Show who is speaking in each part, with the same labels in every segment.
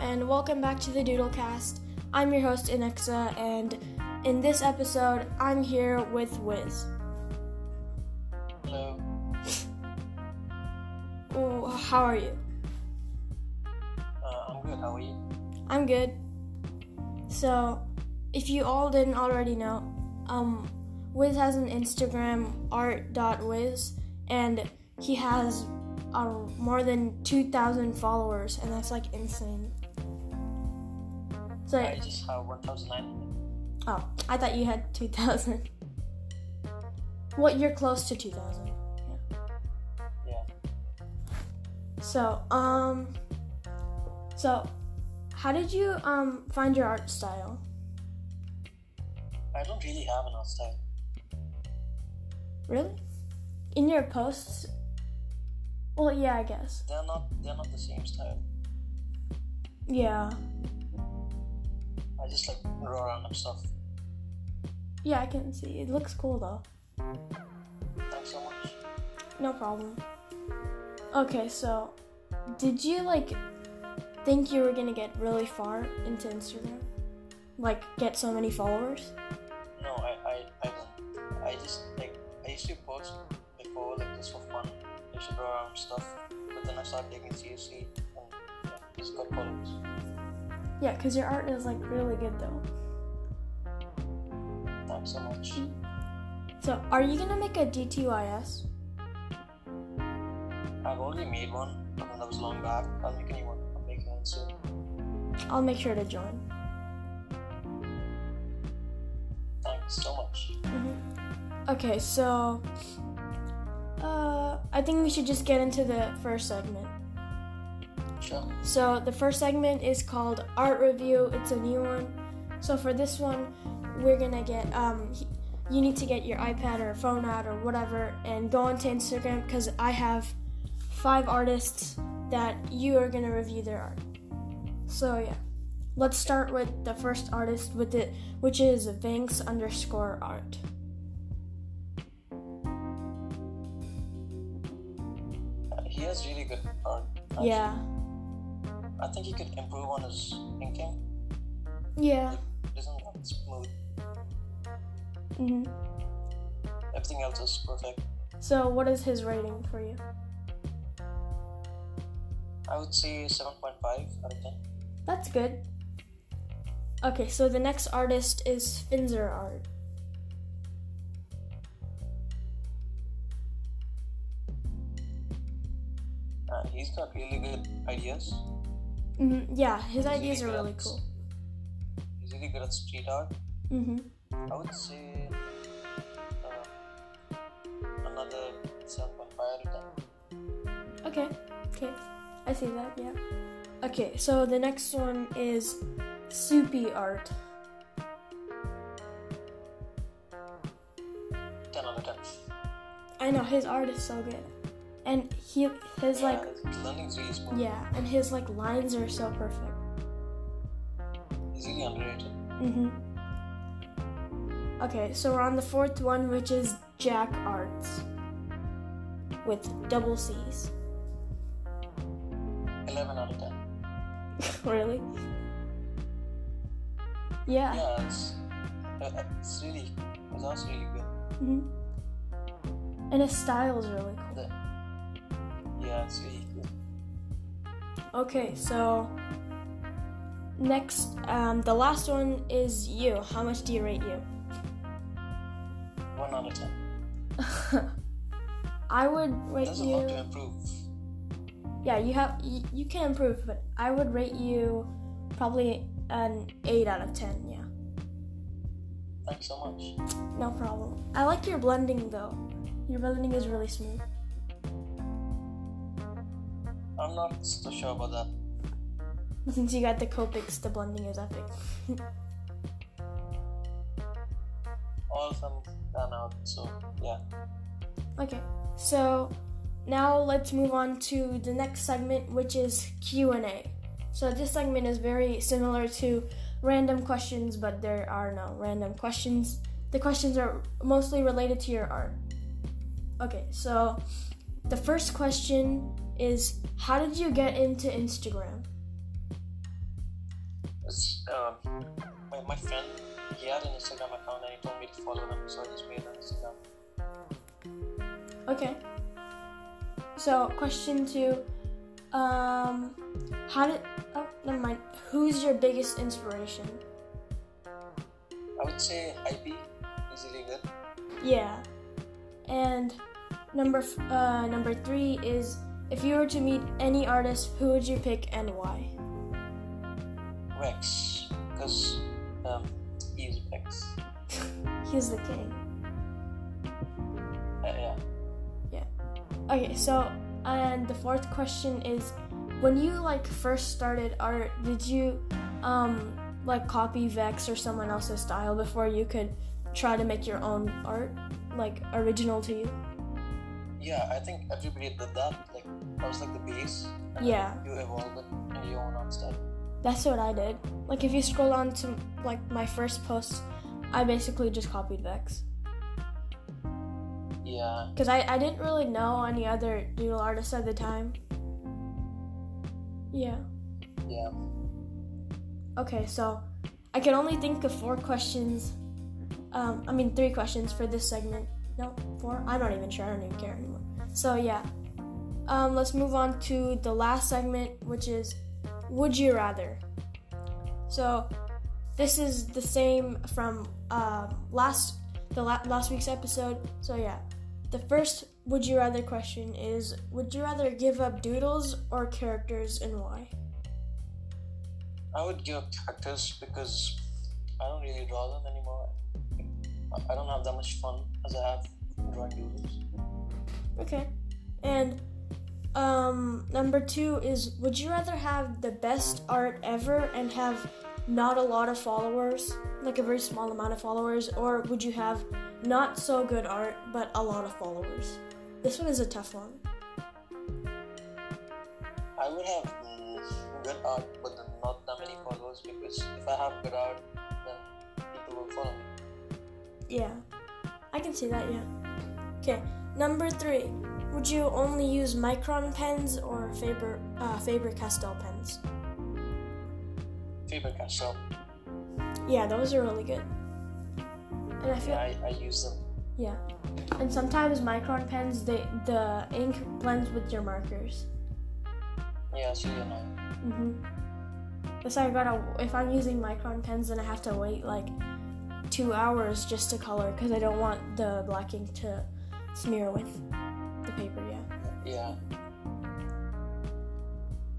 Speaker 1: and welcome back to the Doodlecast. I'm your host, Inexa, and in this episode, I'm here with Wiz.
Speaker 2: Hello.
Speaker 1: Oh, how are you?
Speaker 2: Uh, I'm good. How are you?
Speaker 1: I'm good. So, if you all didn't already know, um, Wiz has an Instagram, art.wiz, and he has uh, more than 2,000 followers, and that's like insane. So,
Speaker 2: I just have 1,900.
Speaker 1: Oh, I thought you had 2,000. Well, you're close to 2,000.
Speaker 2: Yeah.
Speaker 1: So, um, so how did you um find your art style?
Speaker 2: I don't really have an art style.
Speaker 1: Really? In your posts? Well, yeah, I guess.
Speaker 2: They're not. They're not the same style.
Speaker 1: Yeah.
Speaker 2: I just like draw random stuff.
Speaker 1: Yeah, I can see. It looks cool though.
Speaker 2: Thanks so much.
Speaker 1: No problem. Okay, so did you like think you were gonna get really far into Instagram? Like get so many followers?
Speaker 2: No, I, I, I don't. I just like I used to post before like just for fun. I used to draw random stuff, but then I started taking it seriously and yeah, just got followers.
Speaker 1: Yeah, because your art is like really good though.
Speaker 2: Thanks so much.
Speaker 1: So, are you gonna make a DTYS?
Speaker 2: I've already made one, but then that was long back. I'll make a new one. I'm making one soon.
Speaker 1: I'll make sure to join.
Speaker 2: Thanks so much.
Speaker 1: Okay, so uh, I think we should just get into the first segment.
Speaker 2: Sure.
Speaker 1: So the first segment is called Art Review. It's a new one. So for this one, we're gonna get um, he- you need to get your iPad or phone out or whatever and go onto Instagram because I have five artists that you are gonna review their art. So yeah, let's start with the first artist with it, which is Vanks underscore art.
Speaker 2: Uh, he has really good art. actually.
Speaker 1: Yeah,
Speaker 2: I think he could improve on his thinking.
Speaker 1: yeah,
Speaker 2: Isn't that smooth?
Speaker 1: hmm
Speaker 2: Everything else is perfect.
Speaker 1: So, what is his rating for you?
Speaker 2: I would say 7.5 out of 10.
Speaker 1: That's good. Okay, so the next artist is Finzer Art.
Speaker 2: Uh, he's got really good ideas.
Speaker 1: hmm Yeah, his ideas
Speaker 2: He's
Speaker 1: are
Speaker 2: really
Speaker 1: really
Speaker 2: good at-
Speaker 1: cool.
Speaker 2: He's really good at street art.
Speaker 1: hmm
Speaker 2: I would say uh, another 7.5 out of 10.
Speaker 1: Okay, okay, I see that. Yeah. Okay, so the next one is Soupy Art.
Speaker 2: 10 out of 10.
Speaker 1: I know his art is so good, and he his like
Speaker 2: yeah, his learning's really smooth.
Speaker 1: yeah, and his like lines are so perfect.
Speaker 2: He's really underrated.
Speaker 1: hmm Okay, so we're on the fourth one, which is Jack Arts with double C's.
Speaker 2: 11 out of 10.
Speaker 1: really? Yeah.
Speaker 2: Yeah, it's, uh, it's really, his art's really good.
Speaker 1: mhm. And his style is really cool.
Speaker 2: The, yeah, it's really good.
Speaker 1: Okay, so next, um, the last one is you. How much do you rate you?
Speaker 2: 1 out of 10.
Speaker 1: I would rate
Speaker 2: There's a lot to
Speaker 1: you.
Speaker 2: improve.
Speaker 1: Yeah, you have you, you can improve, but I would rate you probably an eight out of ten. Yeah,
Speaker 2: Thanks so much.
Speaker 1: no problem. I like your blending though. Your blending is really smooth.
Speaker 2: I'm not so sure about that.
Speaker 1: Since you got the Copics, the blending is epic.
Speaker 2: All from done out, so yeah.
Speaker 1: Okay, so now let's move on to the next segment, which is Q and A. So this segment is very similar to random questions, but there are no random questions. The questions are mostly related to your art. Okay, so the first question is, how did you get into Instagram?
Speaker 2: it's um, my, my friend he had an Instagram account and he told me to follow him, so I just made an Instagram.
Speaker 1: Okay. So question two, um, how did? Oh, never mind. Who's your biggest inspiration?
Speaker 2: I would say IP is really good.
Speaker 1: Yeah. And number f- uh, number three is if you were to meet any artist, who would you pick and why?
Speaker 2: Rex, because um, he's Rex.
Speaker 1: He's the king.
Speaker 2: Uh, yeah.
Speaker 1: Okay, so and the fourth question is, when you like first started art, did you um like copy Vex or someone else's style before you could try to make your own art like original to you?
Speaker 2: Yeah, I think everybody did that. Like that was like the base. And
Speaker 1: Yeah.
Speaker 2: then You evolved it and you own on stuff.
Speaker 1: That's what I did. Like if you scroll on to like my first post, I basically just copied Vex
Speaker 2: Yeah.
Speaker 1: because I I didn't really know any other doodle artists at the time. Yeah.
Speaker 2: Yeah.
Speaker 1: Okay, so I can only think of four questions. Um, I mean, three questions for this segment. No, four? I'm not even sure. I don't even care anymore. So, yeah. Um, let's move on to the last segment, which is Would You Rather? So, this is the same from uh, last the la- last week's episode. So yeah, the first would you rather question is would you rather give up doodles or characters and why?
Speaker 2: I would give up characters because I don't really draw them anymore. I- I don't have that much fun as I have drawing doodles.
Speaker 1: Okay. And um, number two is would you rather have the best art ever and have not a lot of followers, like a very small amount of followers, or would you have not so good art but a lot of followers? This one is a tough one.
Speaker 2: I would have mm, good art, but then not that many followers because if I have good art, then people will follow me.
Speaker 1: Yeah, I can see that, yeah. Okay, number three. Would you only use Micron pens or Faber uh, Faber Castell pens?
Speaker 2: Faber Castell.
Speaker 1: Yeah, those are really good. And I feel
Speaker 2: Yeah, I, I use them.
Speaker 1: Yeah. And sometimes micron pens, they the ink blends with your markers.
Speaker 2: Yeah, it's really annoying.
Speaker 1: Mm-hmm. That's why I gotta. If I'm using micron pens, then I have to wait like two hours just to color because I don't want the black ink to smear with the paper. Yeah.
Speaker 2: Yeah.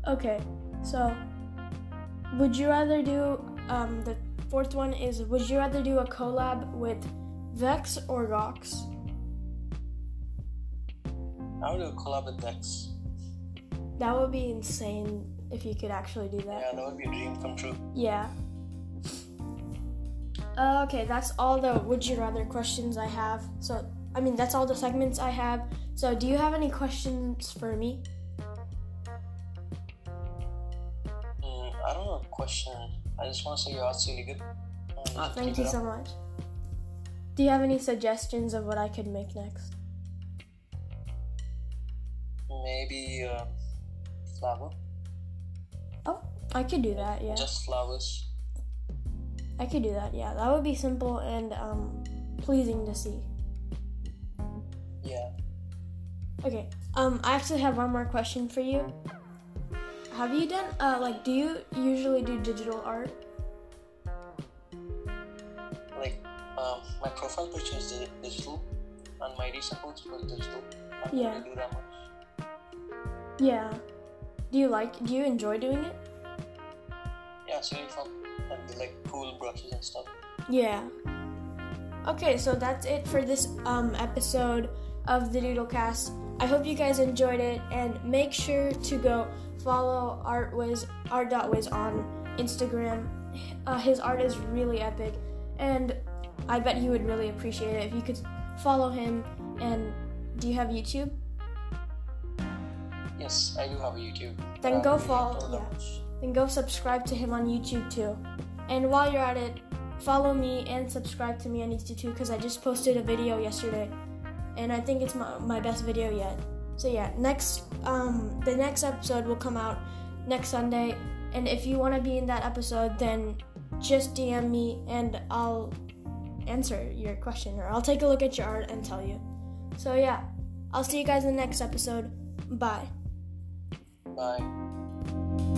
Speaker 1: Okay. So, would you rather do um, the fourth one is would you rather do a collab with Vex or Gox?
Speaker 2: I would do a collab with Dex.
Speaker 1: That would be insane if you could actually do that.
Speaker 2: Yeah, that would be a dream come true.
Speaker 1: Yeah. Uh, okay, that's all the would you rather questions I have. So, I mean, that's all the segments I have. So, do you have any questions for me?
Speaker 2: Mm, I don't know a question. I just want to say your art's really good. Mm, just
Speaker 1: Oh, Thank
Speaker 2: keep
Speaker 1: you
Speaker 2: it
Speaker 1: so
Speaker 2: up.
Speaker 1: much. Do you have any suggestions of what I could make next?
Speaker 2: Maybe uh, flower.
Speaker 1: Oh, I could do that, yeah.
Speaker 2: Just flowers.
Speaker 1: I could do that, yeah. That would be simple and um, pleasing to see.
Speaker 2: Yeah.
Speaker 1: Okay. Um, I actually have one more question for you. Have you done uh, like do you usually do digital art?
Speaker 2: Like um, my profile picture is di- digital, and my recent posts were digital. I don't
Speaker 1: Yeah.
Speaker 2: really do that much.
Speaker 1: Yeah. Do you like do you enjoy doing it?
Speaker 2: Yeah, it's really fun. And the, like cool brushes and stuff.
Speaker 1: Yeah. Okay, so that's it for this um, episode of the Doodlecast. I hope you guys enjoyed it, and make sure to go follow ArtWiz, Art.Wiz on Instagram. Uh, his art is really epic, and I bet you would really appreciate it if you could follow him. And do you have YouTube?
Speaker 2: Yes, I do have a YouTube. but
Speaker 1: Then
Speaker 2: I
Speaker 1: go
Speaker 2: don't really
Speaker 1: follow-
Speaker 2: upload that
Speaker 1: yeah.
Speaker 2: Um, much.
Speaker 1: then go subscribe to him on YouTube too. And while you're at it, follow me and subscribe to me on YouTube too because I just posted a video yesterday, and I think it's my, my best video yet. So yeah, next um, the next episode will come out next Sunday. And if you want to be in that episode, then just DM me and I'll answer your question or I'll take a look at your art and tell you. So, yeah, I'll see you guys in the next episode. Bye.
Speaker 2: Bye.